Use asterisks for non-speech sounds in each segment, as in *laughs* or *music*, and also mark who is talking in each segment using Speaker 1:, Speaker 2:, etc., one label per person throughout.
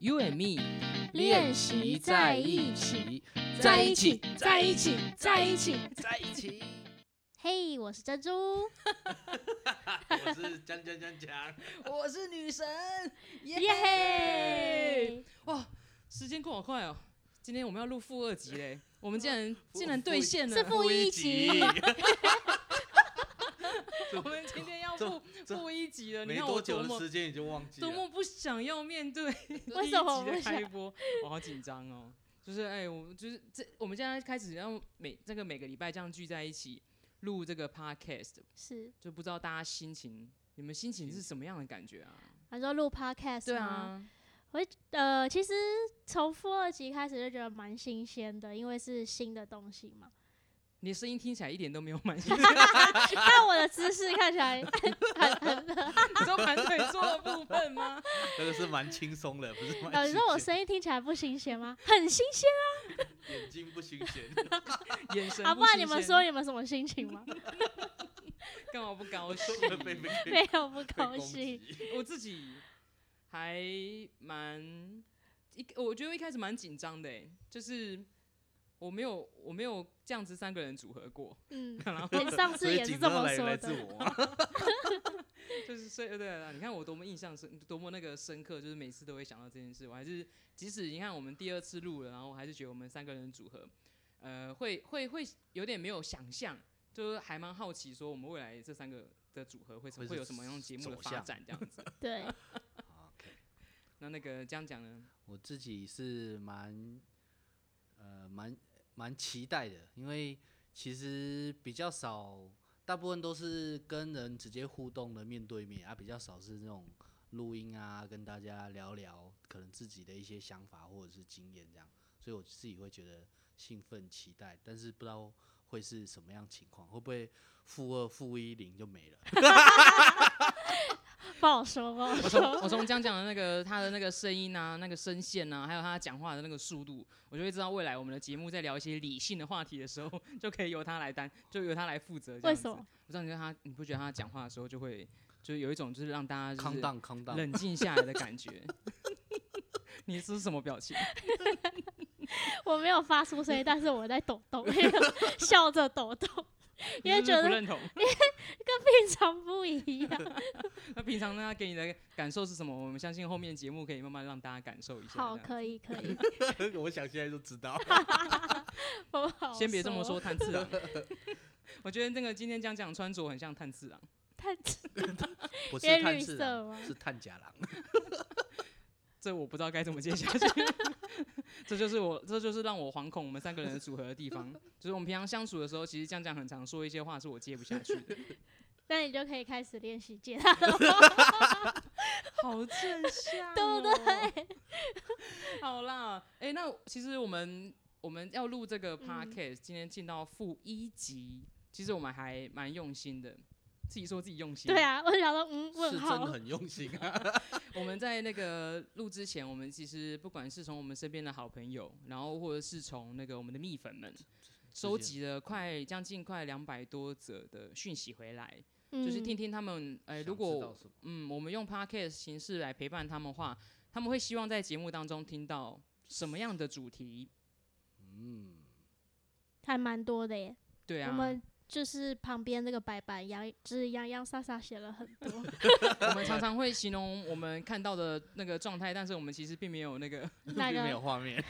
Speaker 1: You and me
Speaker 2: 练习在一
Speaker 1: 起，
Speaker 2: 在一起在一起在一起
Speaker 1: 在一起。
Speaker 2: 嘿我是珍珠，
Speaker 1: 我是讲讲讲
Speaker 2: *laughs*
Speaker 1: 讲，
Speaker 3: 我是女神，耶
Speaker 2: 耶嘿！
Speaker 1: 哇，时间过好快哦！今天我们要录负二集嘞，我们竟
Speaker 2: *laughs*
Speaker 1: 然
Speaker 4: 负
Speaker 1: 竟然兑现了，
Speaker 2: 是负一
Speaker 1: *laughs*
Speaker 2: 集， *laughs*
Speaker 1: 我们今天要负
Speaker 4: 这
Speaker 1: 负一集了，你
Speaker 4: 没
Speaker 1: 看
Speaker 4: 多
Speaker 1: 我
Speaker 4: 久
Speaker 1: 多
Speaker 4: 的
Speaker 1: 么
Speaker 4: 时间你就忘记
Speaker 1: 多
Speaker 4: 了。
Speaker 1: 么不想要面对
Speaker 2: *laughs* 为什么
Speaker 1: *laughs* 第一
Speaker 2: 不
Speaker 1: 集的
Speaker 2: 想
Speaker 1: 开播，我好紧张哦。就是哎、我就是这，我们现在开始要每这个每个礼拜这样聚在一起录这个 podcast，
Speaker 2: 是
Speaker 1: 就不知道大家心情，你们心情是什么样的感觉啊？
Speaker 2: 他说录 podcast
Speaker 1: 对
Speaker 2: 吗，
Speaker 1: 啊，
Speaker 2: 呃，其实从负二级开始就觉得蛮新鲜的，因为是新的东西嘛。
Speaker 1: 你的声音听起来一点都没有满意， *laughs*
Speaker 2: 但我的姿势看起来很很，
Speaker 1: 你说盘腿坐的部分
Speaker 2: *laughs*
Speaker 1: 吗？
Speaker 4: 那个是蛮轻松的，不是蛮新鲜。
Speaker 2: 呃，你说我声音听起来不新鲜吗？很新鲜
Speaker 4: 眼睛不新鲜，
Speaker 1: 眼神
Speaker 2: 啊！不然你们
Speaker 1: 新鲜
Speaker 2: 说你们什么心情吗？
Speaker 1: 干嘛不高兴？
Speaker 4: *laughs* 会被被被
Speaker 2: 没有不
Speaker 4: 被
Speaker 2: 高
Speaker 4: 攻
Speaker 2: 兴，
Speaker 4: 击。
Speaker 1: 我自己还蛮一，我觉得我一开始蛮紧张的、欸，就是我没有我没有这样子三个人组合过，
Speaker 2: 嗯，
Speaker 1: 然后
Speaker 2: 你上
Speaker 4: 所
Speaker 2: 次
Speaker 4: 以
Speaker 2: 也是
Speaker 4: 紧
Speaker 2: 这
Speaker 4: 张
Speaker 2: 么
Speaker 4: 来
Speaker 2: 说
Speaker 4: 来自
Speaker 2: 的，
Speaker 4: 我啊吗，
Speaker 1: 就是所以对啊，你看我多么印象深，多么那个深刻，就是每次都会想到这件事。我还是即使你看我们第二次录了，然后我还是觉得我们三个人组合，呃，会会会有点没有想象，就是还蛮好奇说我们未来这三个的组合会什么
Speaker 4: 会是
Speaker 1: 会有什么样的节目的
Speaker 4: 走
Speaker 1: 发
Speaker 4: 向
Speaker 1: 展这样子。
Speaker 2: 对，
Speaker 4: OK，
Speaker 1: 那那个这样讲
Speaker 2: *laughs*
Speaker 1: 呢，
Speaker 4: 我自己是蛮呃蛮蛮期待的，因为其实比较少，大部分都是跟人直接互动的面对面啊，比较少是那种录音啊，跟大家聊聊可能自己的一些想法或者是经验这样，所以我自己会觉得兴奋期待，但是不知道会是什么样情况，会不会负二负一零就 *laughs* 没了？
Speaker 2: 不好说，不好
Speaker 1: 我从
Speaker 2: 说。
Speaker 1: 我从江讲的那个他的那个声音啊，那个声线啊，还有他讲话的那个速度，我就会知道未来我们的节目在聊一些理性的话题的时候，就可以由他来担，就由他来负责。
Speaker 2: 为什么？？
Speaker 1: 我知道你跟他，你不觉得他讲话的时候就会，就有一种就是让大家就
Speaker 4: 康
Speaker 1: 是
Speaker 4: 当康当，
Speaker 1: 冷静下来的感觉。 *laughs* 你是什么表情？
Speaker 2: 我没有发出声 *laughs* 音，但是我在抖动， *laughs* 笑着抖动，因为
Speaker 1: 你是不是
Speaker 2: 觉得
Speaker 1: 不认同。 *laughs*
Speaker 2: 平常不一 *laughs*
Speaker 1: 啊
Speaker 2: 样。
Speaker 1: 那平常呢，给你的感受是什么？我们相信后面节目可以慢慢让大家感受一下。
Speaker 2: 好，
Speaker 1: 这样
Speaker 2: 可以，可 *laughs* 以，
Speaker 4: *laughs* 我想现在就知道。
Speaker 2: 不好。
Speaker 1: 先别这么说，，炭次郎。 *laughs* 我觉得那个今天江讲穿着很像啊炭次郎。
Speaker 2: 太
Speaker 4: *laughs* 不是
Speaker 2: 因为
Speaker 4: 炭
Speaker 2: 绿
Speaker 4: 治
Speaker 2: 色
Speaker 4: 郎
Speaker 2: 吗
Speaker 4: 是炭甲郎。
Speaker 1: 这我不知道该怎么接下去。 *laughs* 这就是我，这就是让我惶恐我们三个人的组合的地方。 *laughs* 就是我们平常相处的时候，其实江江很常说一些话是我接不下去的，
Speaker 2: 那你就可以开始练习接他了。
Speaker 1: 好正向、
Speaker 2: 哦
Speaker 1: 对不对？ *laughs* 好啦，哎、那其实我们我们要录这个 podcast，、今天进到负一集，其实我们还蛮用心的。自己说自己用心，
Speaker 2: *laughs* 对啊，我想说，嗯，
Speaker 4: 是
Speaker 2: 问
Speaker 4: 真的
Speaker 2: 号，
Speaker 4: 很用心啊！
Speaker 1: 我们在那个录之前，我们其实不管是从我们身边的好朋友，然后或者是从那个我们的蜜粉们，收集了快将近快两百多则的讯息回来，就是听
Speaker 2: 嗯，
Speaker 1: 听他们，哎、
Speaker 4: 想
Speaker 1: 如
Speaker 4: 知道
Speaker 1: 果
Speaker 4: 什么
Speaker 1: 嗯我们用 podcast 形式来陪伴他们的话，他们会希望在节目当中听到什么样的主题？
Speaker 4: 嗯，
Speaker 2: 还蛮多的耶。
Speaker 1: 对啊，
Speaker 2: 我们就是旁边那个白板洋，就是洋洋洒洒写了很
Speaker 1: *laughs*
Speaker 2: 多。
Speaker 1: 我们常常会形容我们看到的那个状态，但是我们其实并没有那个， *laughs*
Speaker 2: 那
Speaker 4: 并没有
Speaker 2: 个
Speaker 4: 画面，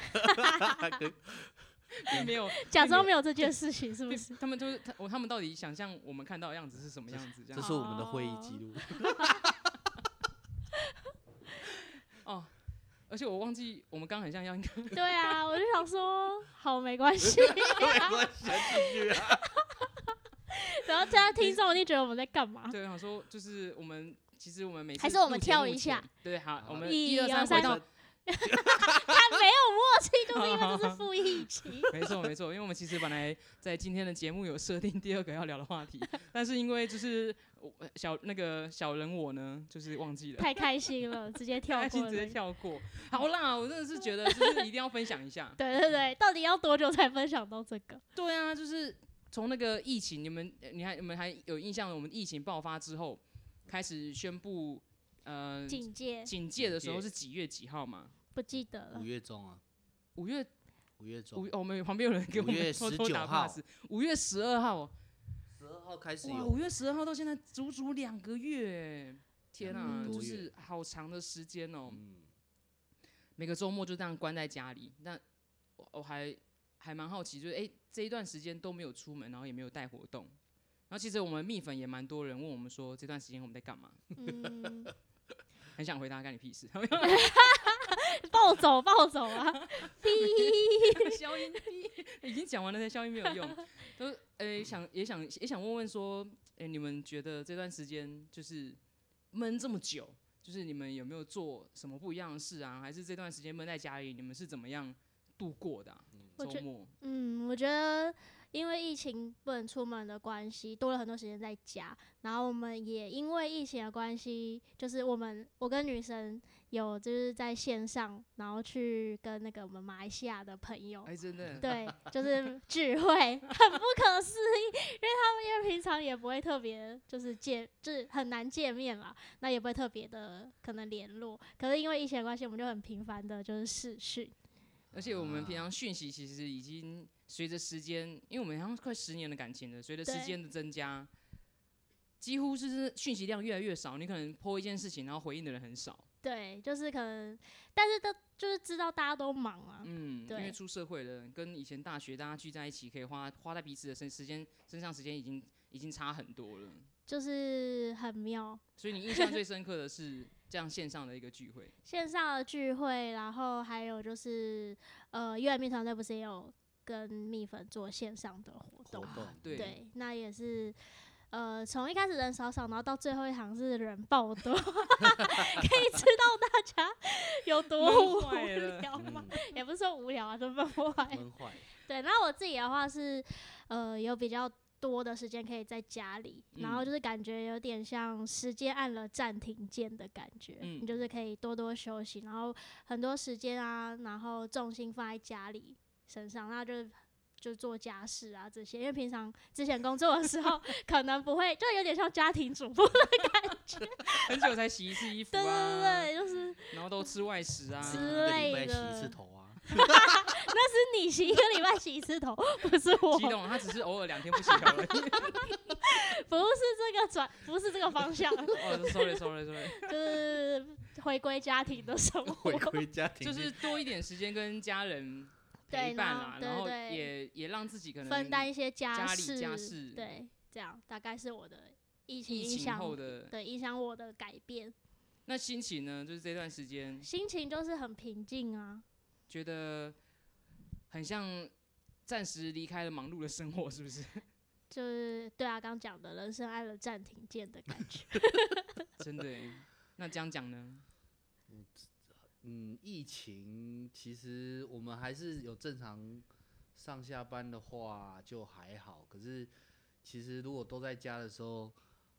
Speaker 1: 并没有
Speaker 2: 假装没有这件事情，是不
Speaker 1: 并 *laughs*
Speaker 2: 是？
Speaker 1: 他们就是他，我他们到底想象我们看到的样子是什么样子？这
Speaker 4: 这
Speaker 1: 样
Speaker 4: 是我们的会议记录。
Speaker 1: 哦，而且我忘记我们刚刚很像要
Speaker 2: *laughs* 对啊，我就想说，好，没关
Speaker 1: *laughs*
Speaker 2: 系。
Speaker 4: 我想继续啊！
Speaker 2: 然后这样听众一定觉得我们在干嘛？
Speaker 1: 对，我想说就是我们其实我们每次
Speaker 2: 还是我们
Speaker 1: 录节目
Speaker 2: 跳一下
Speaker 1: 前，对，好，我们
Speaker 2: 一
Speaker 1: 一二三
Speaker 2: 二三
Speaker 1: 回到，
Speaker 2: 他没有默契，就是因为
Speaker 1: *laughs*
Speaker 2: 这是负一级。
Speaker 1: 没错没错，因为我们其实本来在今天的节目有设定第二个要聊的话题，但是因为就是我小那个小人我呢，就是忘记了，
Speaker 2: 太开心了，直
Speaker 1: *laughs*
Speaker 2: 接跳
Speaker 1: 开心
Speaker 2: 过
Speaker 1: 直接
Speaker 2: 了。。
Speaker 1: 跳过。好啦，我真的是觉得就是一定要分享一下
Speaker 2: *laughs* 对对对，到底要多久才分享到这个？
Speaker 1: 对啊，就是从那个疫情，你们你还你们还有印象？我们疫情爆发之后开始宣布，呃，
Speaker 2: 警戒
Speaker 1: 警戒的时候
Speaker 4: 警戒
Speaker 1: 是几月几号嘛？
Speaker 2: 不记得了
Speaker 4: 五。月中啊，
Speaker 1: 五月
Speaker 4: 五月
Speaker 1: 五
Speaker 4: 中，
Speaker 1: 哦，我们旁边有人给我
Speaker 4: 五月
Speaker 1: 们偷偷
Speaker 4: 19
Speaker 1: 打
Speaker 4: 号
Speaker 1: pass。五月十二号哦，
Speaker 4: 十二号开始
Speaker 1: 哇，
Speaker 4: 有
Speaker 1: 五月十二号到现在足足两个月，天
Speaker 4: 两
Speaker 1: 啊，
Speaker 4: 个
Speaker 1: 就
Speaker 4: 多月
Speaker 1: 是好长的时间哦。
Speaker 4: 嗯，
Speaker 1: 每个周末就这样关在家里。那我我还还蛮好奇，就是诶这一段时间都没有出门，然后也没有带活动。然后其实我们蜜粉也蛮多人问我们说，这段时间我们在干嘛？
Speaker 2: *laughs* 嗯，
Speaker 1: 很想回答干你屁事， *laughs*
Speaker 2: 暴走暴走啊！ *laughs*
Speaker 1: 消音屁，已经讲完了，那消音没有用。都诶、想也想也想问问说，诶、你们觉得这段时间就是闷这么久，就是你们有没有做什么不一样的事啊？还是这段时间闷在家里，你们是怎么样度过的啊、
Speaker 2: 我
Speaker 1: 周
Speaker 2: 觉
Speaker 1: 末
Speaker 2: *laughs* 嗯，我觉得因为疫情不能出门的关系，多了很多时间在家。然后我们也因为疫情的关系，就是我们我跟女生有就是在线上，然后去跟那个我们马来西亚的朋友
Speaker 1: 哎、。真 *laughs* 的，
Speaker 2: 对，就是聚会，很不可思议，因为他们因为平常也不会特别就是见，就是很难见面啦，那也不会特别的可能联络，可是因为疫情的关系，我们就很频繁的就是视讯，
Speaker 1: 而且我们平常讯息其实已经随着时间，因为我们好像快十年的感情了，随着时
Speaker 2: 对
Speaker 1: 间的增加，几乎是讯息量越来越少。你可能 po 一件事情，然后回应的人很少。
Speaker 2: 对，就是可能，但是都就是知道大家都忙啊，
Speaker 1: 嗯，因
Speaker 2: 对
Speaker 1: 为出社会了，跟以前大学大家聚在一起，可以花花在彼此的身时间身上时间已经已经差很多了。
Speaker 2: 就是很妙。
Speaker 1: 所以你印象最深刻的是这样线上的一个聚会，
Speaker 2: 线上的聚会，然后还有就是呃，越南蜜团队不是也有跟蜜粉做线上的活
Speaker 4: 活
Speaker 2: 动，
Speaker 4: 动嗯
Speaker 1: 对
Speaker 2: 对，那也是。呃，从一开始人少少，然后到最后一行是人爆多， *laughs* 可以知道大家有多
Speaker 1: 闷
Speaker 2: 无
Speaker 1: 坏了
Speaker 2: 聊吗？
Speaker 4: 嗯
Speaker 2: 也不是说无聊啊，就闷坏。
Speaker 4: 闷坏，
Speaker 2: 对，那我自己的话是，呃，有比较多的时间可以在家里，然后
Speaker 1: 嗯
Speaker 2: 就是感觉有点像时间按了暂停键的感觉，
Speaker 1: 嗯
Speaker 2: 你就是可以多多休息，然后很多时间啊，然后重心放在家里身上，那就是。就做家事啊这些，因为平常之前工作的时
Speaker 1: *laughs*
Speaker 2: 候，可能不会，就有点像家庭主妇，
Speaker 1: *laughs* 很久才洗一次衣服
Speaker 2: 对对
Speaker 1: 啊，
Speaker 2: 对，就是
Speaker 1: 然后都吃外食啊，
Speaker 2: 之
Speaker 4: 一个
Speaker 2: 类
Speaker 4: 礼拜洗一
Speaker 2: 的
Speaker 4: 次头啊，
Speaker 2: 那是你洗一个礼拜洗一次头，不是我，
Speaker 1: 激动，他只是偶尔两天不洗头而
Speaker 2: *laughs*
Speaker 1: 已。
Speaker 2: 不是这个转，不是这个方向，
Speaker 1: 哦，sorry sorry sorry。
Speaker 2: 就是回归家庭的生活
Speaker 4: 回。归家庭
Speaker 1: 就是多一点时间跟家人陪
Speaker 2: 对
Speaker 1: 伴
Speaker 2: 然后
Speaker 1: 啦，
Speaker 2: 对
Speaker 1: 然后
Speaker 2: 对
Speaker 1: 也也让自己可能
Speaker 2: 分担一些家
Speaker 1: 家
Speaker 2: 事，
Speaker 1: 里家事，，
Speaker 2: 对，这样大概是我的疫情
Speaker 1: 疫
Speaker 2: 影
Speaker 1: 情
Speaker 2: 响
Speaker 1: 后的
Speaker 2: 对影响我的改变，
Speaker 1: 那心情呢，就是这段时间
Speaker 2: 心情就是很平静啊。
Speaker 1: 觉得很像暂时离开了忙碌的生活，是不
Speaker 4: *laughs*
Speaker 1: 是？
Speaker 2: 就是对啊，刚讲的人生按了暂停键的感觉，
Speaker 1: 真的耶，那这样讲呢？
Speaker 4: 嗯，疫情其实我们还是有正常上下班的话就还好，可是其实如果都在家的时候，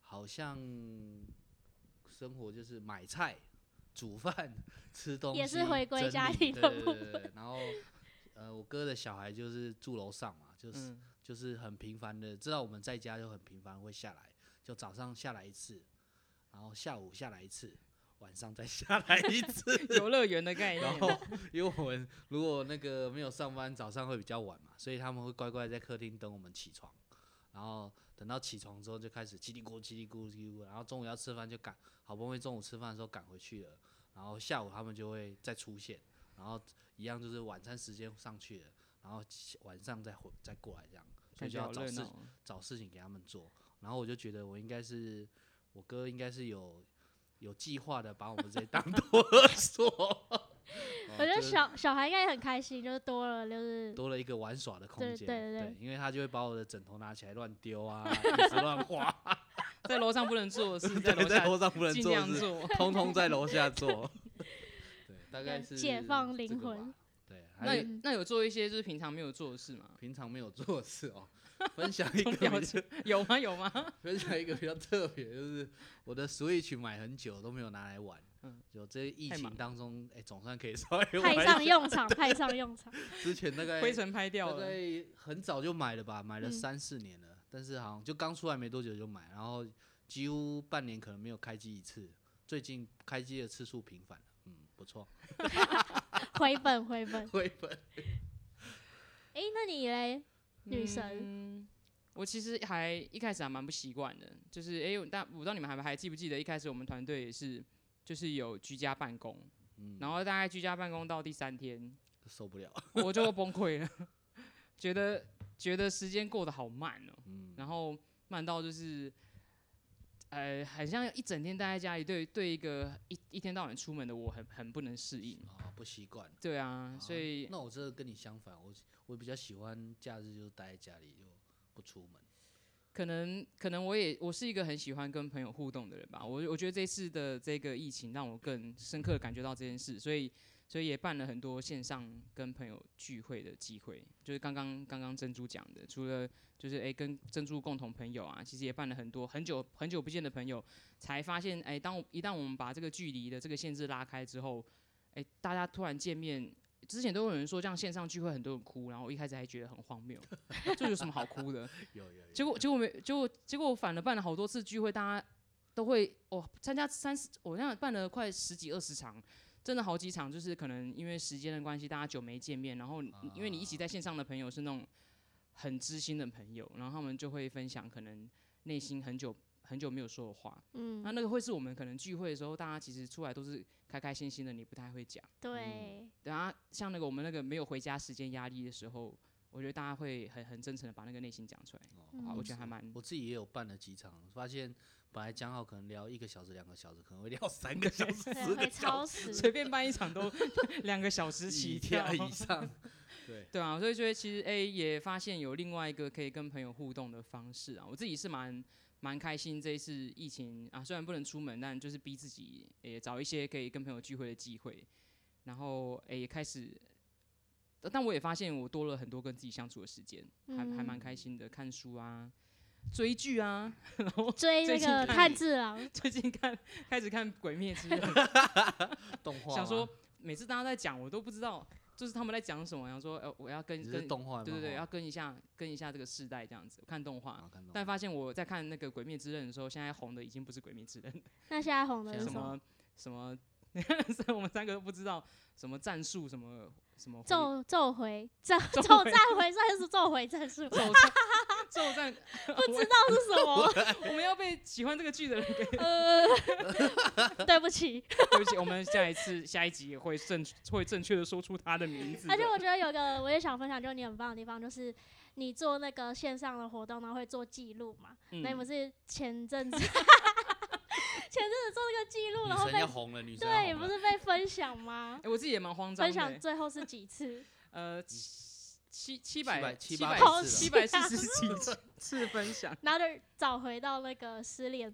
Speaker 4: 好像生活就是买菜、煮饭、 *laughs* 吃东西，
Speaker 2: 也是回归
Speaker 4: 整
Speaker 2: 家
Speaker 4: 理
Speaker 2: 里的
Speaker 4: 对
Speaker 2: 部
Speaker 4: 对对对然后，呃，我哥的小孩就是住楼上嘛，就是、
Speaker 1: 嗯， *laughs*
Speaker 4: 就是很频繁的，知道我们在家就很频繁会下来，就早上下来一次，然后下午下来一次，晚上再下来一次。
Speaker 1: 游乐园的概
Speaker 4: 然
Speaker 1: 念，
Speaker 4: 后， *laughs* 因为我们如果那个没有上班，早上会比较晚嘛，所以他们会乖乖在客厅等我们起床，然后等到起床之后就开始叽里咕叽里咕叽里咕，然后中午要吃饭就赶，好不容易中午吃饭的时候赶回去了，然后下午他们就会再出现，然后一样就是晚餐时间上去了，然后起晚上再回再过来这样，所
Speaker 1: *laughs* 感
Speaker 4: 以就
Speaker 1: 觉
Speaker 4: 要
Speaker 1: 好
Speaker 4: 找
Speaker 1: 热
Speaker 4: 事
Speaker 1: 闹。
Speaker 4: 找事情给他们做，然后我就觉得我应该是我哥应该是有。有计划的把我们这些当 *laughs* 托儿所，
Speaker 2: *laughs*
Speaker 1: 哦
Speaker 4: 哦
Speaker 2: 我觉得
Speaker 4: 就是
Speaker 2: 小小孩应该也很开心，就是多了就是
Speaker 4: 多了一个玩耍的空
Speaker 2: 对
Speaker 4: 间。
Speaker 2: 对对对
Speaker 4: 因为他就会把我的枕头拿起来乱
Speaker 2: *laughs*
Speaker 4: 丢啊，椅子乱滑，
Speaker 1: 在楼上不能做的事，在楼
Speaker 4: *laughs* 对，在
Speaker 1: 下
Speaker 4: 楼上不能
Speaker 1: 尽
Speaker 4: 做的
Speaker 1: 量
Speaker 4: 事，
Speaker 1: 做。
Speaker 4: 通通在楼下做。 *laughs* 对，大概
Speaker 2: 要
Speaker 4: 是
Speaker 2: 解放
Speaker 4: 这
Speaker 2: 灵
Speaker 4: 个吧
Speaker 2: 魂。
Speaker 4: 对，还
Speaker 1: 那
Speaker 4: 有
Speaker 1: 有那有做一些就是平常没有做的事吗？
Speaker 4: 平常没有做的事哦。分享 *laughs*
Speaker 2: *laughs*
Speaker 4: 一个
Speaker 1: 重要
Speaker 4: 比较
Speaker 1: *laughs* 有吗？有吗？
Speaker 4: *laughs* 分享一个比较特别，就是我的 Switch 买很久都没有拿来玩。
Speaker 1: 嗯
Speaker 4: 有这疫
Speaker 1: 太忙
Speaker 4: 情当中，哎、总算可以稍微玩
Speaker 2: 派上
Speaker 4: 一下。
Speaker 2: 用场，派上用场。
Speaker 4: *laughs* 之前大概
Speaker 1: 灰尘拍掉
Speaker 4: 大
Speaker 1: 了，
Speaker 4: 概很早就买了吧，买了
Speaker 2: 嗯
Speaker 4: 三四年了，但是好像就刚出来没多久就买，然后几乎半年可能没有开机一次，最近开机的次数频繁了，嗯，不错。
Speaker 2: 回本回本。
Speaker 4: 绘本。
Speaker 2: 诶，那你嘞？女神
Speaker 1: 嗯我其实还一开始还蛮不习惯的，就是哎、我大我不知道你们还还记不记得，一开始我们团队也是就是有居家办公，
Speaker 4: 嗯，
Speaker 1: 然后大概居家办公到第三天，
Speaker 4: 受不
Speaker 1: *laughs*
Speaker 4: 了。
Speaker 1: 我就崩溃了，觉得觉得时间过得好慢哦、
Speaker 4: 嗯，
Speaker 1: 然后慢到就是，呃，很像一整天待在家里，对对一个一一天到晚出门的我很很不能适应。
Speaker 4: 哦，不习惯。
Speaker 1: 对啊，所
Speaker 4: 啊
Speaker 1: 以
Speaker 4: 那我这个跟你相反，我我比较喜欢假日就待在家里，就不出门。
Speaker 1: 可能可能我也我是一个很喜欢跟朋友互动的人吧。我我觉得这次的这个疫情让我更深刻的感觉到这件事，所以所以也办了很多线上跟朋友聚会的机会，就是刚刚刚刚珍珠讲的，除了就是诶、跟珍珠共同朋友啊，其实也办了很多很久很久不见的朋友，才发现诶、当我一旦我们把这个距离的这个限制拉开之后，诶、大家突然见面。之前都有人说这样线上聚会很多人哭，然后我一开始还觉得很荒谬， *laughs* 这有什么好哭的？
Speaker 4: 有有有。
Speaker 1: 结果结果没结果结果我反了办了好多次聚会，大家都会我参加三十，我那样办了快十几二十场，真的好几场，就是可能因为时间的关系，大家久没见面，然后你因为你一起在线上的朋友是那种很知心的朋友，然后他们就会分享可能内心很久很久没有说的话，
Speaker 2: 嗯
Speaker 1: 那，那个会是我们可能聚会的时候，大家其实出来都是开开心心的，你不太会讲。
Speaker 2: 对，
Speaker 1: 等下像那个我们那个没有回家时间压力的时候，我觉得大家会很很真诚的把那个内心讲出来，
Speaker 2: 嗯
Speaker 1: 啊，我觉得还蛮
Speaker 4: 我自己也有办了几场，发现本来讲好可能聊一个小时、两个小时，可能
Speaker 1: *laughs*
Speaker 4: 会聊三个小
Speaker 1: 嗯
Speaker 4: 时、
Speaker 2: 对
Speaker 4: 十
Speaker 2: 会
Speaker 4: 个
Speaker 2: 超
Speaker 4: 小时
Speaker 2: 时。
Speaker 1: 随便办一场
Speaker 4: *laughs*
Speaker 1: 都两个小时起
Speaker 4: 以
Speaker 1: 跳
Speaker 4: 下。
Speaker 1: *laughs*
Speaker 4: 以上。对，
Speaker 1: 对啊，所以觉得其实 A 也发现有另外一个可以跟朋友互动的方式啊，我自己是蛮蛮开心这一次疫情啊，虽然不能出门，但就是逼自己也找一些可以跟朋友聚会的机会，然后诶也开始，但我也发现我多了很多跟自己相处的时间，还还蛮
Speaker 4: 嗯
Speaker 1: 开心的，看书啊，追剧啊， *laughs* 然后
Speaker 2: 追那
Speaker 1: 最近
Speaker 2: 个
Speaker 1: 看
Speaker 2: 炭治郎，
Speaker 1: 最近看开始看《鬼灭之刃》，
Speaker 4: 动画
Speaker 1: 想
Speaker 4: 吗
Speaker 1: 说每次大家在讲，我都不知道就是他们在讲什么，想说呃我要跟
Speaker 4: 只是
Speaker 1: 跟
Speaker 4: 动画吗，
Speaker 1: 对对对，
Speaker 4: 哦
Speaker 1: 要跟一下跟一下这个世代这样子看动画。
Speaker 4: 啊看动
Speaker 1: 但
Speaker 4: 画。
Speaker 1: 发现我在看那个《鬼灭之刃》的时候，现在红的已经不是《鬼灭之刃》，
Speaker 2: 那现在红的
Speaker 4: 现
Speaker 2: 是
Speaker 4: 在
Speaker 1: 什
Speaker 2: 什么？
Speaker 1: 么什么， *laughs* 所以我们三个都不知道什么战术，什么什么回
Speaker 2: 咒咒回咒
Speaker 1: 嗯 *laughs* 咒
Speaker 2: 咒
Speaker 1: 回
Speaker 2: 战回算是咒回战术，不知
Speaker 1: *laughs* 咒战咒战，不知
Speaker 2: 道是什么。
Speaker 1: 道 *laughs* 我们要被喜欢这个剧的人给。
Speaker 2: 呃， *laughs* 对不起。
Speaker 1: 对不起，我们下一次下一集也会正会正确的说出他的名字的。
Speaker 2: 而且我觉得有个我也想分享，就是你很棒的地方，就是你做那个线上的活动，然后会做记录嘛。那你
Speaker 1: 嗯
Speaker 2: 不是前
Speaker 1: *laughs*
Speaker 2: 阵子，前阵子做那个记录，然后
Speaker 4: 女神
Speaker 2: 被
Speaker 4: 要红了，女神
Speaker 2: 对，
Speaker 4: 要红
Speaker 2: 不
Speaker 4: 了
Speaker 1: 嗯
Speaker 2: 是被分享吗？
Speaker 1: 哎，我自己也蛮 *laughs* 慌张
Speaker 2: 分
Speaker 1: 的
Speaker 2: 享
Speaker 1: 欸。
Speaker 2: 最后是几次？
Speaker 1: 呃，七七七
Speaker 4: 百
Speaker 1: 百
Speaker 4: 七
Speaker 1: 七
Speaker 4: 八
Speaker 1: 百
Speaker 4: 百
Speaker 2: 次
Speaker 1: 七
Speaker 2: 了
Speaker 1: 百四十几次次分享。
Speaker 2: 然后就找回到那个失联、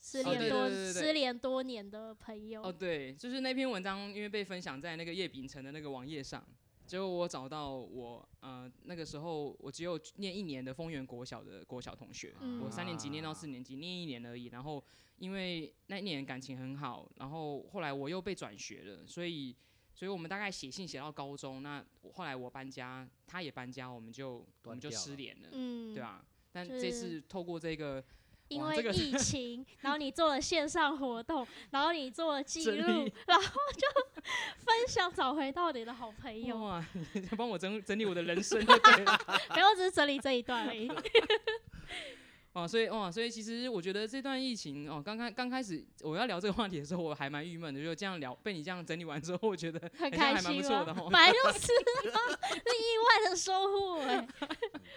Speaker 2: 失
Speaker 1: 哦
Speaker 2: 联
Speaker 1: 对
Speaker 2: 多、
Speaker 1: 对对对
Speaker 2: 失联多年的朋
Speaker 1: *laughs*
Speaker 2: 友。
Speaker 1: 哦，对，就是那篇文章，因为被分享在那个叶秉辰的那个网页上，结果我找到我呃那个时候我只有念一年的丰原国小的国小同学，
Speaker 4: 嗯
Speaker 1: 我三年级念到四年级，念一年而已。然后因为那一年感情很好，然后后来我又被转学了，所以所以我们大概写信写到高中，那我后来我搬家，他也搬家，我们就我
Speaker 4: 断
Speaker 1: 们就
Speaker 4: 掉
Speaker 1: 失
Speaker 4: 了
Speaker 1: 联了，
Speaker 2: 嗯，
Speaker 1: 对啊。但
Speaker 2: 就
Speaker 1: 这
Speaker 2: 是
Speaker 1: 次透过这个
Speaker 2: 因
Speaker 1: 哇
Speaker 2: 为
Speaker 1: 这个
Speaker 2: 疫情，然后你做了线上活动，然后你做了记
Speaker 1: 整
Speaker 2: 录
Speaker 1: 理，
Speaker 2: 然后就分享找回到你的好朋友。
Speaker 1: 哇， *laughs* 你在帮我整整理我的人
Speaker 2: *laughs*
Speaker 1: 生就对了。
Speaker 2: 没有，我只是整理这一段
Speaker 1: *laughs*
Speaker 2: 而已。
Speaker 1: 哦，所以哦，所以其实我觉得这段疫情哦，刚刚刚开始我要聊这个话题的时候，我还蛮郁闷的，就这样聊被你这样整理完之后，我觉得
Speaker 2: 很
Speaker 1: 好像
Speaker 2: 开
Speaker 1: 还蛮不
Speaker 2: 心
Speaker 1: 错
Speaker 2: 吗？
Speaker 1: 的哦
Speaker 2: 本来就是啊，是意外的收获哎、
Speaker 4: 嗯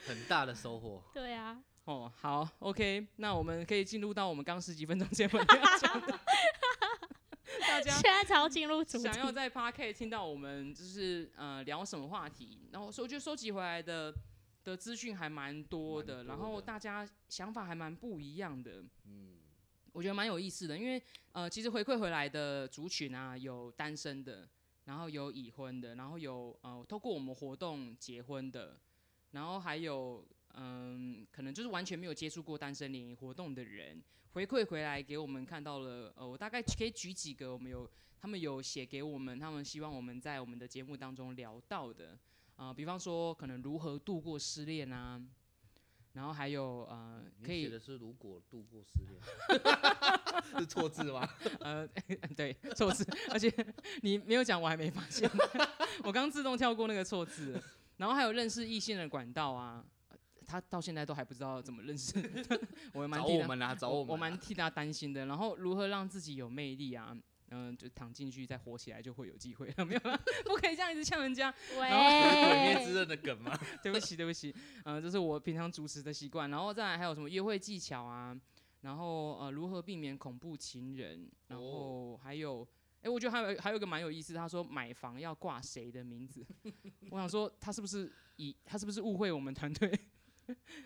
Speaker 4: 很大的收获。
Speaker 2: 对
Speaker 1: *laughs*
Speaker 2: 啊，
Speaker 1: 哦，好，OK，那我们可以进入到我们刚十几分钟前面要讲的， *laughs* 大家
Speaker 2: 现在才要进入主题
Speaker 1: 啊想。要在 p a r k 听到我们就是呃聊什么话题，然后所以我就收集回来的的资讯还蛮多
Speaker 4: 蛮
Speaker 1: 的，然
Speaker 4: 多
Speaker 1: 后
Speaker 4: 的
Speaker 1: 大家想法还蛮不一样的，
Speaker 4: 嗯，
Speaker 1: 我觉得蛮有意思的，因为呃，其实回馈回来的族群啊，有单身的，然后有已婚的，然后有呃，透过我们活动结婚的，然后还有嗯、可能就是完全没有接触过单身联谊活动的人，回馈回来给我们看到了，呃，我大概可以举几个，我们有他们有写给我们，他们希望我们在我们的节目当中聊到的，啊、比方说可能如何度过失恋啊，然后还有呃
Speaker 4: 你
Speaker 1: 可
Speaker 4: 写
Speaker 1: 以
Speaker 4: 的是如果度过失恋， *laughs* 是错字吗？
Speaker 1: 呃对错字，而且你没有讲我还没发现， *laughs* 我刚自动跳过那个错字了，然后还有认识异性的管道啊。他到现在都还不知道怎么认识，我蛮
Speaker 4: 找
Speaker 1: 替
Speaker 4: 我
Speaker 1: 他
Speaker 4: 们啦，找
Speaker 1: 我
Speaker 4: 们啦。啊
Speaker 1: 蛮 *laughs* 替他担心的。然后如何让自己有魅力啊？嗯、就躺进去再火起来就会有机会了，没有啦，不可以这样一直呛人家。
Speaker 4: 鬼灭之
Speaker 2: 喂，
Speaker 4: 刃的梗吗？
Speaker 1: *laughs* 对不起，对不起，嗯、这是我平常主持的习惯。然后再来还有什么约会技巧啊？然后呃，如何避免恐怖情人？然后还有，哎、我觉得还有还有一个蛮有意思，他说买房要挂谁的名字？ *laughs* 我想说他是不是以他是不是误会我们团队？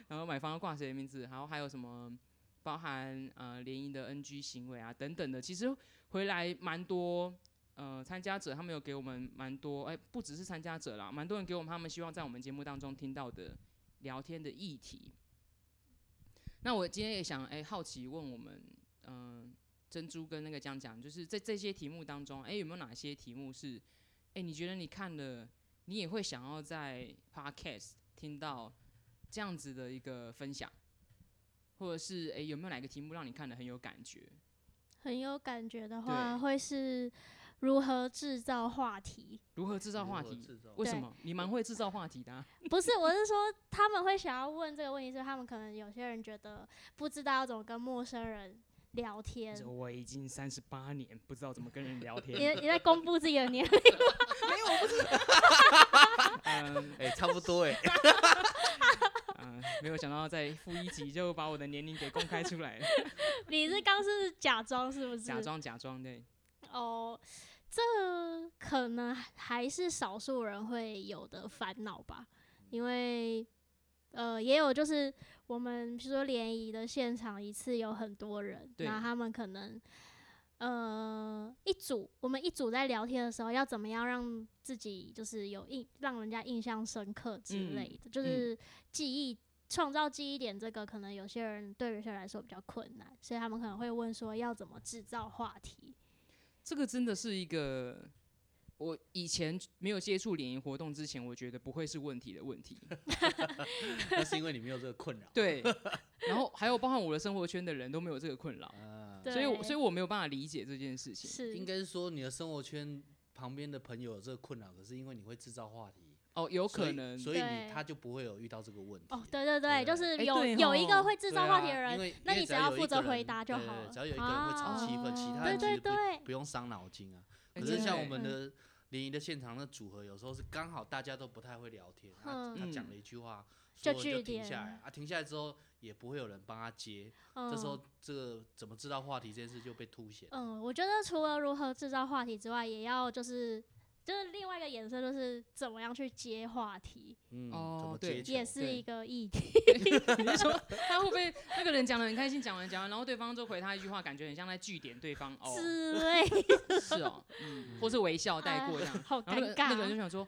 Speaker 1: 然后买房要挂谁的名字？然后还有什么？包含呃联谊的 NG 行为啊等等的，其实回来蛮多呃参加者，他们有给我们蛮多，哎、不只是参加者啦，蛮多人给我们他们希望在我们节目当中听到的聊天的议题。那我今天也想哎、好奇问我们，嗯、珍珠跟那个江讲，就是在这些题目当中，哎、有没有哪些题目是，哎、你觉得你看了，你也会想要在 podcast 听到这样子的一个分享，或者是哎、有没有哪个题目让你看的很有感觉？
Speaker 2: 很有感觉的话，
Speaker 1: 对
Speaker 2: 会是如何制造话题？
Speaker 1: 如何制造话
Speaker 4: 如何
Speaker 1: 题？
Speaker 4: 制造
Speaker 1: 为什
Speaker 2: 对
Speaker 1: 么你蛮会制造话题的啊、
Speaker 2: 不是，我是说他们会想要问这个问题，是他们可能有些人觉得不知道要怎么跟陌生人聊天，
Speaker 1: 我已经三十八年，不知道怎么跟人聊 *laughs* 天。
Speaker 2: 也也在公布自己的年龄， *laughs*
Speaker 1: *laughs* 嗯
Speaker 4: 哎，差不多哎。 *laughs*
Speaker 1: 嗯，没有想到在负一级就把我的年龄给公开出来 *laughs* 了，
Speaker 2: 你是刚是假装是不是？
Speaker 1: 假装假装对。
Speaker 2: 哦，这可能还是少数人会有的烦恼吧，因为呃，也有就是我们比如说联谊的现场一次有很多人，
Speaker 1: 对
Speaker 2: 那他们可能呃一组，我们一组在聊天的时候，要怎么样让自己就是有印让人家印象深刻之
Speaker 1: 嗯
Speaker 2: 类的，就是记忆。创造记忆点这个，可能有些人对有些人来说比较困难，所以他们可能会问说要怎么制造话题。
Speaker 1: 这个真的是一个我以前没有接触联谊活动之前，我觉得不会是问题的问 *laughs* 题。
Speaker 4: 那是因为你没有这个困扰。
Speaker 1: 对，然后还有包含我的生活圈的人都没有这个困扰，
Speaker 4: 啊，
Speaker 2: 对
Speaker 1: 所以我所以我没有办法理解这件事情。
Speaker 2: 是
Speaker 4: 应该是说你的生活圈旁边的朋友有这个困扰，可是因为你会制造话题，
Speaker 1: 哦，有
Speaker 4: 所
Speaker 1: 可
Speaker 4: 以
Speaker 1: 能
Speaker 4: 所以
Speaker 2: 对
Speaker 4: 你他就不会有遇到这个问题。
Speaker 2: 哦，对对对，
Speaker 4: 对
Speaker 2: 就是
Speaker 1: 哎
Speaker 2: 有、
Speaker 1: 对
Speaker 2: 有一
Speaker 1: 吼
Speaker 2: 个会制
Speaker 4: 对
Speaker 2: 造
Speaker 4: 啊，
Speaker 2: 话题的人，
Speaker 4: 因为
Speaker 2: 那
Speaker 4: 因为
Speaker 2: 你只
Speaker 4: 只
Speaker 2: 要
Speaker 4: 有
Speaker 2: 负
Speaker 4: 一个
Speaker 2: 责回
Speaker 4: 人
Speaker 2: 答就
Speaker 4: 对
Speaker 2: 好
Speaker 4: 对
Speaker 2: 了
Speaker 4: 只要有一个人会炒气氛，其他
Speaker 2: 对
Speaker 4: 人其
Speaker 2: 对
Speaker 4: 实不
Speaker 2: 对，
Speaker 4: 不用伤脑筋啊。
Speaker 1: 哎
Speaker 4: 可
Speaker 1: 真
Speaker 4: 是
Speaker 1: 的
Speaker 4: 像
Speaker 1: 欸
Speaker 4: 我们的联谊的现场的组合，有时候是刚好大家都不太会聊天，啊他他讲
Speaker 1: 嗯
Speaker 4: 了一句话，
Speaker 2: 就
Speaker 4: 所有人
Speaker 2: 据
Speaker 4: 就停下
Speaker 2: 点
Speaker 4: 来啊，停下来之后也不会有人帮他接，
Speaker 2: 嗯
Speaker 4: 这时候这个怎么制造话题这件事就被凸显。
Speaker 2: 嗯，我觉得除了如何制造话题之外，也要就是就是另外一个衍生，就是怎么样去接话题，
Speaker 4: 嗯，
Speaker 1: 哦
Speaker 4: 怎么
Speaker 1: 对
Speaker 4: 接
Speaker 2: 也
Speaker 4: 球？
Speaker 2: 是一个议题。
Speaker 1: *laughs* 你是说他会不会那个人讲的很开心，讲完讲完，然后对方就回他一句话，感觉很像在据点对方哦，
Speaker 2: 之类，
Speaker 1: *laughs* 是哦，嗯，或是微笑带过这样，
Speaker 2: 好
Speaker 1: 然后那个
Speaker 2: 啊尴尬啊
Speaker 1: 那个 *laughs* 人就想说，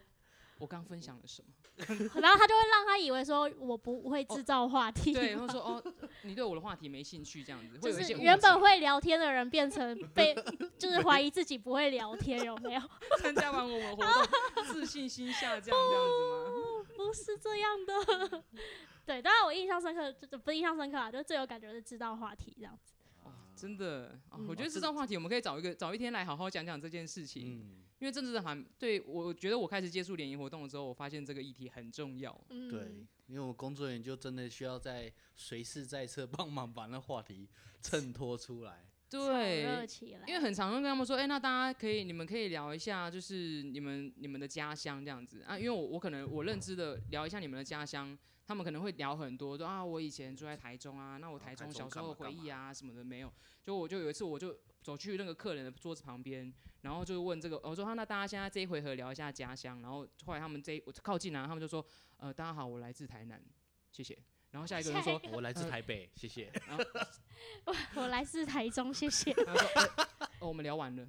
Speaker 1: 我刚分享了
Speaker 2: *laughs*
Speaker 1: 什么？
Speaker 2: 然后他就会让他以为说我不会制造话题，
Speaker 1: 哦对，或者说哦，你对我的话题没兴趣这样子，会
Speaker 2: 就
Speaker 1: 有一
Speaker 2: 是
Speaker 1: 些误
Speaker 2: 原
Speaker 1: 解
Speaker 2: 本会聊天的人变成
Speaker 1: *laughs*
Speaker 2: 被，就是怀疑自己不会聊天，有没有？
Speaker 1: 参加完我们活动，自信心下降这样子吗？
Speaker 2: *laughs* 不是这样的。 *laughs* 对，当然我印象深刻，就不是印象深刻啊，就最有感觉是知道话题这样子。
Speaker 1: 哦
Speaker 4: 啊，
Speaker 1: 真的，哦
Speaker 2: 嗯
Speaker 1: 我觉得
Speaker 4: 哦
Speaker 1: 这
Speaker 4: 这
Speaker 1: 道话题我们可以找一个找一天来好好讲讲这件事情，
Speaker 4: 嗯，
Speaker 1: 因为真的是蛮对我觉得我开始接触联谊活动的时候，我发现这个议题很重要。
Speaker 2: 嗯，
Speaker 4: 对，因为我们工作人员就真的需要在随时在侧帮忙 *laughs* 把那话题衬托出
Speaker 1: *laughs*
Speaker 4: 来。
Speaker 2: 炒
Speaker 1: 对
Speaker 2: 热，起来，
Speaker 1: 因为很常会跟他们说，哎、那大家可以，你们可以聊一下，就是你们你们的家乡这样子啊。因为我我可能我认知的聊一下你们的家乡，他们可能会聊很多，说啊，我以前住在台中啊，那我
Speaker 4: 啊
Speaker 1: 台
Speaker 4: 台
Speaker 1: 中
Speaker 4: 中
Speaker 1: 小时
Speaker 4: 干
Speaker 1: 候
Speaker 4: 嘛
Speaker 1: 的回
Speaker 4: 干嘛
Speaker 1: 忆啊什么的没有。就我就有一次我就走去那个客人的桌子旁边，然后就问这个，我说啊，那大家现在这一回合聊一下家乡，然后后来他们这一我靠近啊，他们就说，呃，大家好，我来自台南，谢谢。然后下一个人说，
Speaker 4: 我来自
Speaker 1: 呃
Speaker 4: 台北，谢谢。
Speaker 2: *laughs* 我来自台中，谢谢。 *laughs*
Speaker 1: 他说、呃哦，我们聊完了，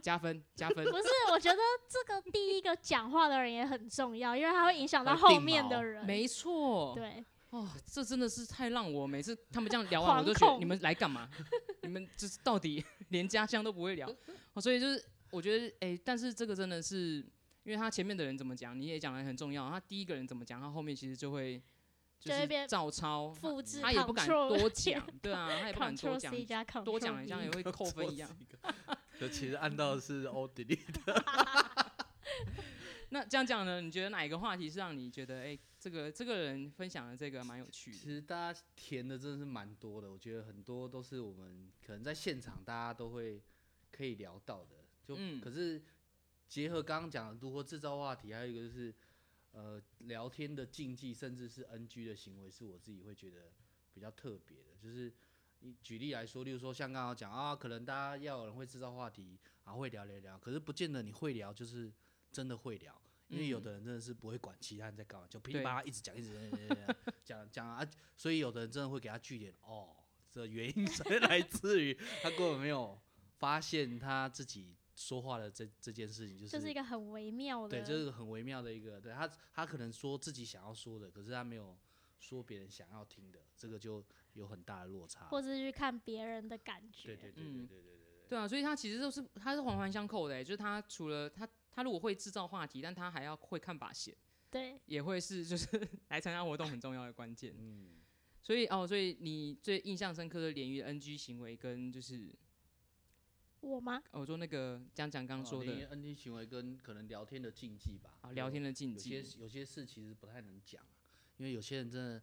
Speaker 1: 加分加分。
Speaker 2: 不是，我觉得这个第一个讲话的人也很重要，因为他会影响到
Speaker 4: 还有定
Speaker 2: 后面
Speaker 4: 锚
Speaker 2: 的人。
Speaker 1: 没错，
Speaker 2: 对，
Speaker 1: 哦，这真的是太让我每次他们这样聊
Speaker 2: *laughs*
Speaker 1: 完，我
Speaker 2: 惶
Speaker 1: 都觉得
Speaker 2: 恐
Speaker 1: 你们来干嘛？ *laughs* 你们就是到底 *laughs* 连家乡都不会聊，哦、所以就是我觉得，哎、但是这个真的是，因为他前面的人怎么讲，你也讲的很重要，他第一个人怎么讲，他后面其实就会就
Speaker 2: 就会
Speaker 1: 是
Speaker 2: 变
Speaker 1: 照抄，
Speaker 2: 复制
Speaker 1: 他也不敢
Speaker 2: Ctrl *laughs*
Speaker 1: 多讲，对啊，他也不敢多
Speaker 2: Ctrl
Speaker 1: 讲
Speaker 2: C 加 Ctrl
Speaker 1: 多讲了像也
Speaker 2: V
Speaker 1: 会扣分一
Speaker 2: *laughs*
Speaker 1: 样。。
Speaker 4: *laughs* 就其实按到的是 O delete，
Speaker 1: 那这样讲呢？你觉得哪一个话题是让你觉得，哎、这个这个人分享的这个蛮有趣
Speaker 4: 其
Speaker 1: 的？
Speaker 4: 实大家填的真的是蛮多的，我觉得很多都是我们可能在现场大家都会可以聊到的。就、
Speaker 1: 嗯
Speaker 4: 可是结合刚刚讲的如何制造话题，还有一个就是呃聊天的禁忌，甚至是 NG 的行为，是我自己会觉得比较特别的。就是你举例来说，例如说像刚刚讲啊，可能大家要有人会制造话题啊，会聊聊聊，可是不见得你会聊就是真的会聊。因为有
Speaker 1: 嗯
Speaker 4: 的人真的是不会管其他人在干嘛，就噼
Speaker 1: 对
Speaker 4: 里啪啦一直讲，一直讲一直讲讲讲啊，所以有的人真的会给他据点哦，这原因 *laughs* 才来自于他根本没有发现他自己说话的这这件事情，就是
Speaker 2: 就是一个很微妙的，
Speaker 4: 对，这是个很微妙的一个，对他他可能说自己想要说的，可是他没有说别人想要听的，这个就有很大的落差。
Speaker 2: 或是去看别人的感觉。
Speaker 4: 对对对对对
Speaker 1: 嗯
Speaker 4: 对对对，
Speaker 1: 对啊，所以他其实就是他是环环相扣的、哎就是他除了他他如果会制造话题，但他还要会看把戏，
Speaker 2: 对
Speaker 1: 也会是就是 *laughs* 来参加活动很重要的关键。
Speaker 4: 嗯，
Speaker 1: 所以哦，所以你最印象深刻的鲢鱼 NG 行为跟就是 *laughs*
Speaker 2: 我吗？
Speaker 1: 哦我说那个江讲
Speaker 4: 哦
Speaker 1: 刚说的
Speaker 4: N T 嗯行为跟可能聊天的禁忌吧，
Speaker 1: 啊，聊
Speaker 4: 有
Speaker 1: 天的禁
Speaker 4: 有些
Speaker 1: 忌，
Speaker 4: 有些事其实不太能讲啊、因为有些人真的，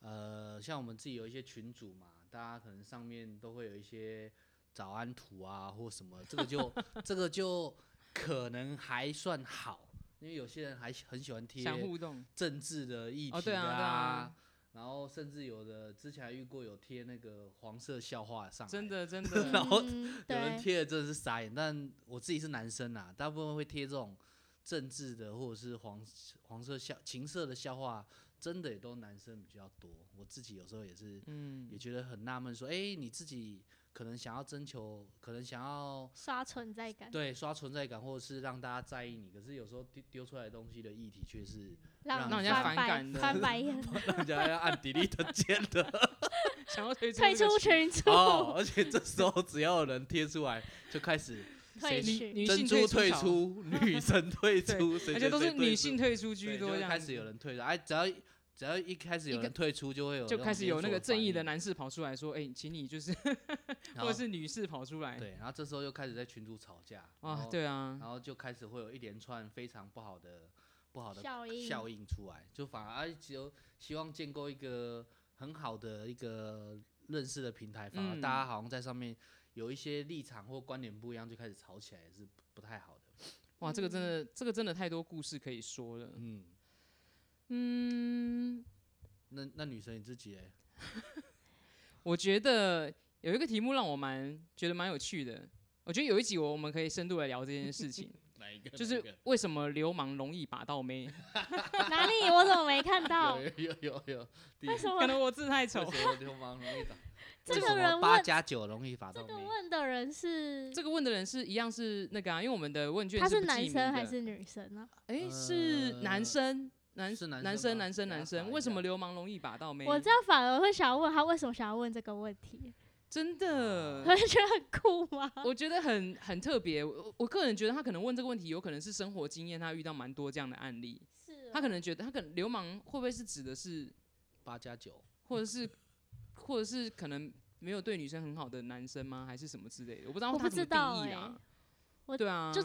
Speaker 4: 呃，像我们自己有一些群组嘛，大家可能上面都会有一些早安图啊或什么，这个就这个就可能还算好，因为有些人还喜很喜欢贴
Speaker 1: 想互动，
Speaker 4: 政治的议
Speaker 1: 哦
Speaker 4: 题
Speaker 1: 对啊对啊
Speaker 4: 然后甚至有的之前还遇过有贴那个黄色笑话上来，
Speaker 1: 真的真
Speaker 4: 然
Speaker 1: 的，
Speaker 4: 后
Speaker 2: 嗯、
Speaker 4: 有人
Speaker 2: 对，
Speaker 4: 贴的真的是傻眼，但我自己是男生啊，大部分会贴这种政治的或者是黄黄色笑情色的笑话，真的也都男生比较多。我自己有时候也是，
Speaker 1: 嗯
Speaker 4: 也，觉得很纳闷，说，哎、你自己可能想要征求，可能想要
Speaker 2: 刷存在感，
Speaker 4: 对刷存在感，或者是让大家在意你，可是有时候丢丢出来的东西的议题却是
Speaker 2: 让
Speaker 4: 让人家
Speaker 2: 翻
Speaker 1: 反
Speaker 2: 白
Speaker 1: 感的
Speaker 2: 翻白眼，
Speaker 4: 让人家要按 delete 键的
Speaker 1: 想要退出
Speaker 2: 退
Speaker 1: 这个
Speaker 2: 出
Speaker 1: 群
Speaker 2: 群组，
Speaker 4: 哦，
Speaker 1: *laughs*
Speaker 4: 而且这时候只要有人贴出来，就开始
Speaker 2: 退
Speaker 4: 谁
Speaker 1: 女
Speaker 2: 群，
Speaker 1: 女
Speaker 4: 珍
Speaker 1: 性
Speaker 4: 珠
Speaker 1: 退
Speaker 4: 退
Speaker 1: 潮， *laughs*
Speaker 4: 出，女神退出，谁
Speaker 1: 而且都
Speaker 4: 谁
Speaker 1: 是女
Speaker 4: 出
Speaker 1: 性退出居
Speaker 4: 对就
Speaker 1: 多，
Speaker 4: 会
Speaker 1: 这样
Speaker 4: 开始有人退出，哎，只要只要一开始
Speaker 1: 一
Speaker 4: 有
Speaker 1: 个
Speaker 4: 人退出，就会有
Speaker 1: 就
Speaker 4: 那
Speaker 1: 开
Speaker 4: 种
Speaker 1: 始有
Speaker 4: 连
Speaker 1: 那
Speaker 4: 锁
Speaker 1: 个正义的
Speaker 4: 反应，
Speaker 1: 男士跑出来说，哎，请你就是，
Speaker 4: 然
Speaker 1: 或者
Speaker 4: 后
Speaker 1: 是女士跑出来，
Speaker 4: 对，然后这时候又开始在群主吵架然
Speaker 1: 啊，
Speaker 4: 后
Speaker 1: 对啊，
Speaker 4: 然后就开始会有一连串非常不好的不好的
Speaker 2: 效应
Speaker 4: 效应出来，就反而只有希望建构一个很好的一个认识的平台，反而
Speaker 1: 嗯
Speaker 4: 大家好像在上面有一些立场或观点不一样，就开始吵起来，也是不太好的。
Speaker 1: 哇，这个真的，这个真的太多故事可以说了。
Speaker 4: 嗯，
Speaker 1: 嗯，
Speaker 4: 那那女生你自己嘞，
Speaker 1: 我觉得有一个题目让我蛮觉得蛮有趣的，我觉得有一集我们可以深度来聊这件事
Speaker 4: *laughs*
Speaker 1: 情，
Speaker 4: 哪一个
Speaker 1: 就是为什么流氓容易把到
Speaker 4: *laughs*
Speaker 1: 妹？
Speaker 2: *laughs* 哪里我怎么没看到？
Speaker 4: 有有有有，第
Speaker 2: 哦为
Speaker 4: 一
Speaker 2: 什
Speaker 1: 可
Speaker 2: 么
Speaker 1: 能我字太
Speaker 4: 为
Speaker 1: 丑。
Speaker 4: 什么流氓容易打？
Speaker 2: *laughs* 这
Speaker 4: 为
Speaker 2: 个
Speaker 4: 什么
Speaker 2: 人
Speaker 4: 八
Speaker 2: 问
Speaker 4: 加九容易罚到
Speaker 2: 这
Speaker 4: 妹
Speaker 2: 个？问的人是
Speaker 1: 这个问的人是一样是那个啊，因为我们的问卷
Speaker 2: 他
Speaker 1: 是
Speaker 2: 是
Speaker 1: 不
Speaker 2: 男
Speaker 1: 记名
Speaker 2: 生还
Speaker 1: 的？
Speaker 2: 是女生呢、
Speaker 1: 哎，是男
Speaker 4: 呃
Speaker 1: 生，男
Speaker 4: 是男
Speaker 1: 男生，
Speaker 4: 生吗
Speaker 1: 男生，
Speaker 4: 给他
Speaker 1: 男
Speaker 4: 打
Speaker 1: 生，
Speaker 4: 一
Speaker 1: 为什
Speaker 4: 下
Speaker 1: 么流氓容易把到妹？
Speaker 2: 我这样反而会想要问他为什么想要问这个问题，
Speaker 1: 真的
Speaker 2: *laughs* 我，会觉得很酷吗？
Speaker 4: 啊
Speaker 1: 我觉得很很特别。我我个人觉得他可能问这个问题，有可能是生活经验，他遇到蛮多这样的案例。
Speaker 2: 是、啊
Speaker 1: 他可能觉得，他可能流氓会不会是指的是，
Speaker 4: 八加九，
Speaker 1: 或者是，或者是可能没有对女生很好的男生吗？还是什么之类的？我不知道
Speaker 2: 我
Speaker 1: 他
Speaker 2: 不
Speaker 1: 怎么
Speaker 2: 知道
Speaker 1: 定义
Speaker 2: 欸
Speaker 1: 啊。
Speaker 2: 我
Speaker 1: 对啊，
Speaker 2: 就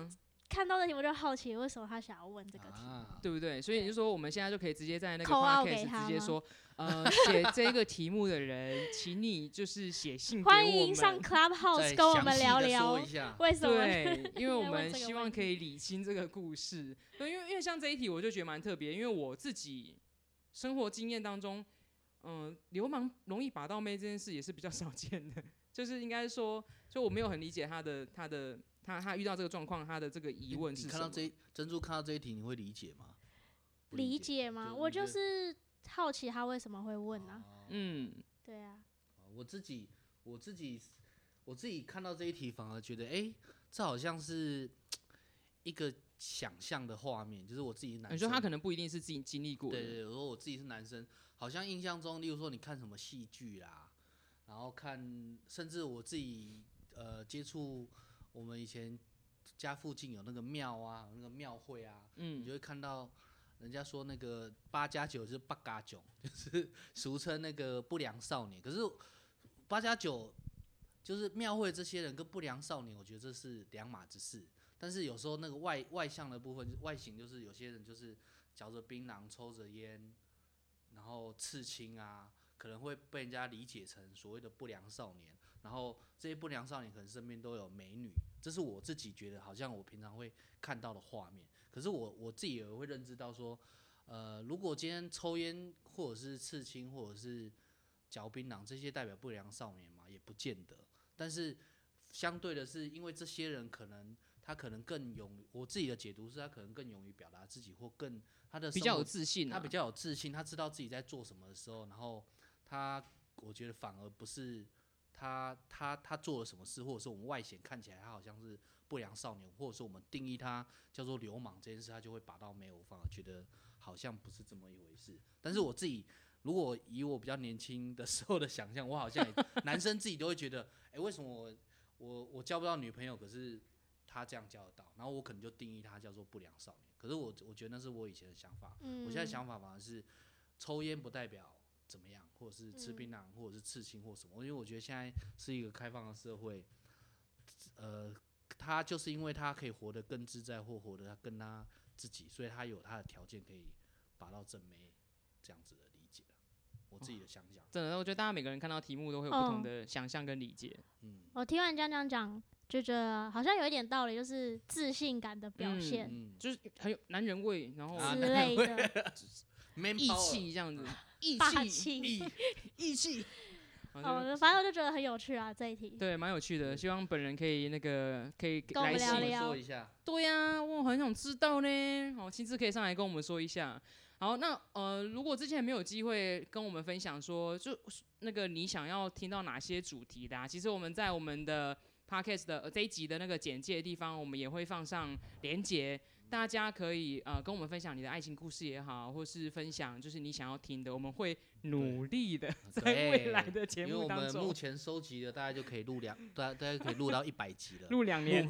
Speaker 2: 看到那题我就好奇为什么他想要问这个题。
Speaker 4: 啊，
Speaker 1: 对不对？所以你就说我们现在就可以直接在那个
Speaker 2: 扣二给
Speaker 1: podcast
Speaker 2: 他
Speaker 1: 直接
Speaker 2: 吗
Speaker 1: 说，呃，写这个题目的人，请你就是写
Speaker 2: *laughs*
Speaker 1: 信给我
Speaker 2: 欢
Speaker 1: 们。
Speaker 2: 迎上 Clubhouse
Speaker 4: 再
Speaker 2: 跟我
Speaker 4: 详
Speaker 2: 们
Speaker 4: 细
Speaker 2: 聊
Speaker 4: 地
Speaker 2: 聊
Speaker 4: 说一下，
Speaker 2: *laughs* 为什么
Speaker 1: 对，因为我
Speaker 2: 在问
Speaker 1: 们
Speaker 2: 这个
Speaker 1: 希
Speaker 2: 问
Speaker 1: 望可
Speaker 2: 题
Speaker 1: 以理清这个故事。对，因为因为像这一题，我就觉得蛮特别，因为我自己生活经验当中，嗯、流氓容易把到妹这件事也是比较少见的， *laughs* 就是应该说，就我没有很理解他的他的他他遇到这个状况，他的这个疑
Speaker 4: 你
Speaker 1: 问
Speaker 4: 你
Speaker 1: 是什
Speaker 4: 看到
Speaker 1: 么？
Speaker 4: 这一珍珠看到这一题，你会理解吗？不
Speaker 2: 理解吗？
Speaker 4: 就
Speaker 2: 我
Speaker 4: 你
Speaker 2: 就
Speaker 4: 的
Speaker 2: 是好奇他为什么会问啊？
Speaker 4: 哦
Speaker 1: 嗯，
Speaker 2: 对啊，
Speaker 4: 我自己我自己我自己看到这一题，反而觉得，哎、这好像是一个想象的画面，就是我自己是男
Speaker 1: 你
Speaker 4: 生，
Speaker 1: 说他可能不一定是自己经历过的，
Speaker 4: 对对对，我说我自己是男生，好像印象中，例如说你看什么戏剧啦，然后看，甚至我自己呃接触我们以前家附近有那个庙啊，有那个庙会啊，你
Speaker 1: 嗯
Speaker 4: 就会看到人家说那个八加九 *laughs* 是八嘎囧，就是俗称那个不良少年。可是八加九就是庙会这些人跟不良少年，我觉得这是两码子事。但是有时候那个外外向的部分，外形就是有些人就是嚼着槟榔、抽着烟，然后刺青啊，可能会被人家理解成所谓的不良少年。然后这些不良少年可能身边都有美女，这是我自己觉得好像我平常会看到的画面。可是我我自己也会认知到说，呃，如果今天抽烟或者是刺青或者是嚼槟榔这些代表不良少年嘛，也不见得。但是相对的是，因为这些人可能他可能更勇于，我自己的解读是他可能更勇于表达自己，或更他的
Speaker 1: 比
Speaker 4: 生
Speaker 1: 较
Speaker 4: 活
Speaker 1: 有自信、啊，
Speaker 4: 他比较有自信，他知道自己在做什么的时候，然后他我觉得反而不是他他他做了什么事，或者是我们外显看起来他好像是不良少年，或者说我们定义他叫做流氓这件事，他就会把到没有，我反而觉得好像不是这么一回事。但是我自己如果以我比较年轻的时候的想象，我好像也男生自己都会觉得，哎、为什么我我我交不到女朋友，可是他这样交得到，然后我可能就定义他叫做不良少年。可是我我觉得那是我以前的想法，
Speaker 2: 嗯，
Speaker 4: 我现在想法反而是，抽烟不代表怎么样，或者是吃
Speaker 1: 嗯
Speaker 4: 槟榔，或者是刺青或什么，因为我觉得现在是一个开放的社会，呃，他就是因为他可以活得更自在，或活得更他自己，所以他有他的条件可以拔到正妹这样子的理解我自己的想法，
Speaker 1: 真的，我觉得大家每个人看到题目都会有不
Speaker 2: 嗯
Speaker 1: 同的想象跟理解。
Speaker 4: 嗯
Speaker 2: 我听完江江讲，就觉得好像有一点道理，就是自信感的表
Speaker 1: 嗯
Speaker 2: 现
Speaker 4: 嗯，
Speaker 1: 就是很有男人味，然后 *laughs*
Speaker 4: 啊
Speaker 2: 之
Speaker 4: 那
Speaker 2: 类的，
Speaker 4: man
Speaker 1: 义
Speaker 4: power
Speaker 1: 气这样子，义
Speaker 2: 啊霸
Speaker 1: 气，
Speaker 2: 气。
Speaker 4: 义义气，
Speaker 1: 好像
Speaker 2: 哦，反正我就觉得很有趣啊，这一题。
Speaker 1: 对，蛮有趣的。希望本人可以那个可以给
Speaker 2: 嗯跟我
Speaker 1: 来
Speaker 2: 们
Speaker 1: 信
Speaker 2: 聊
Speaker 4: 细
Speaker 2: 聊
Speaker 4: 说一下，
Speaker 1: 对呀、我很想知道呢。好，亲自可以上来跟我们说一下。好，那呃，如果之前没有机会跟我们分享说，就那个你想要听到哪些主题的、啊，其实我们在我们的 podcast 的、呃、这一集的那个简介的地方，我们也会放上连结，大家可以呃跟我们分享你的爱情故事也好，或是分享就是你想要听的，我们会努力的 *laughs* *laughs* 在未来的节
Speaker 4: 因为我
Speaker 1: 目当
Speaker 4: 们目
Speaker 1: 中
Speaker 4: 前收集的大概就可以录两，大大概可以录到一百集
Speaker 1: *laughs*
Speaker 4: 了，
Speaker 1: 录两年。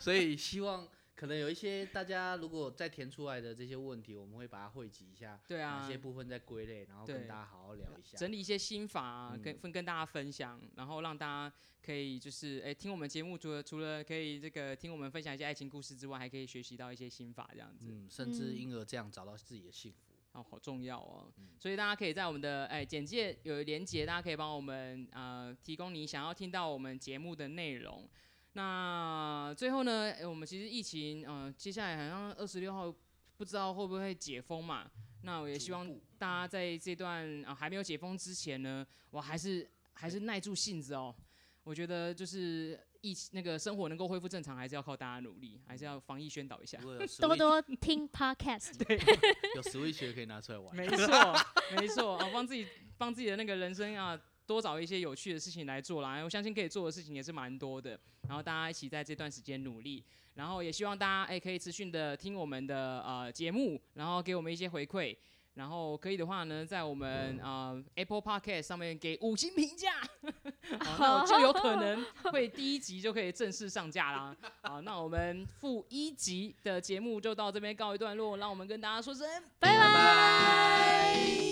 Speaker 4: 所以希望可能有一些大家如果再填出来的这些问题，我们会把它汇集一下，
Speaker 1: 对啊
Speaker 4: 哪，些部分再归类，然后跟
Speaker 1: 对
Speaker 4: 大家好好聊一下。
Speaker 1: 整理一些心法、啊，
Speaker 4: 嗯
Speaker 1: 跟分跟大家分享，然后让大家可以就是诶、听我们节目，除了除了可以这个听我们分享一些爱情故事之外，还可以学习到一些心法这样子，
Speaker 4: 嗯，甚至因而这样找到自己的幸福。
Speaker 1: 哦，好重要哦。
Speaker 4: 嗯
Speaker 1: 所以大家可以在我们的诶、哎简介有连接，大家可以帮我们呃提供你想要听到我们节目的内容。那最后呢，诶我们其实疫情呃接下来好像二十六号不知道会不会解封嘛，那我也希望
Speaker 4: 逐步嗯
Speaker 1: 大家在这段啊、还没有解封之前呢，我还是还是耐住性子哦。我觉得就是疫那个生活能够恢复正常，还是要靠大家努力，还是要防疫宣导一下
Speaker 4: 如。果有 s
Speaker 2: *laughs* 多
Speaker 4: w
Speaker 2: 多听 podcast，
Speaker 4: 有 Switch 的可以拿出来玩。
Speaker 1: *laughs* 没错，没错，啊，帮自己帮自己的那个人生啊，多找一些有趣的事情来做啦。我相信可以做的事情也是蛮多的，然后大家一起在这段时间努力，然后也希望大家哎、可以持续的听我们的呃节目，然后给我们一些回馈。然后可以的话呢，在我们呃 Apple Podcast 上面给五星评价， *laughs* 好那我就有可能会第一集就可以正式上架啦。好，那我们负一集的节目就到这边告一段落，让我们跟大家说声
Speaker 2: 拜拜。
Speaker 4: 拜。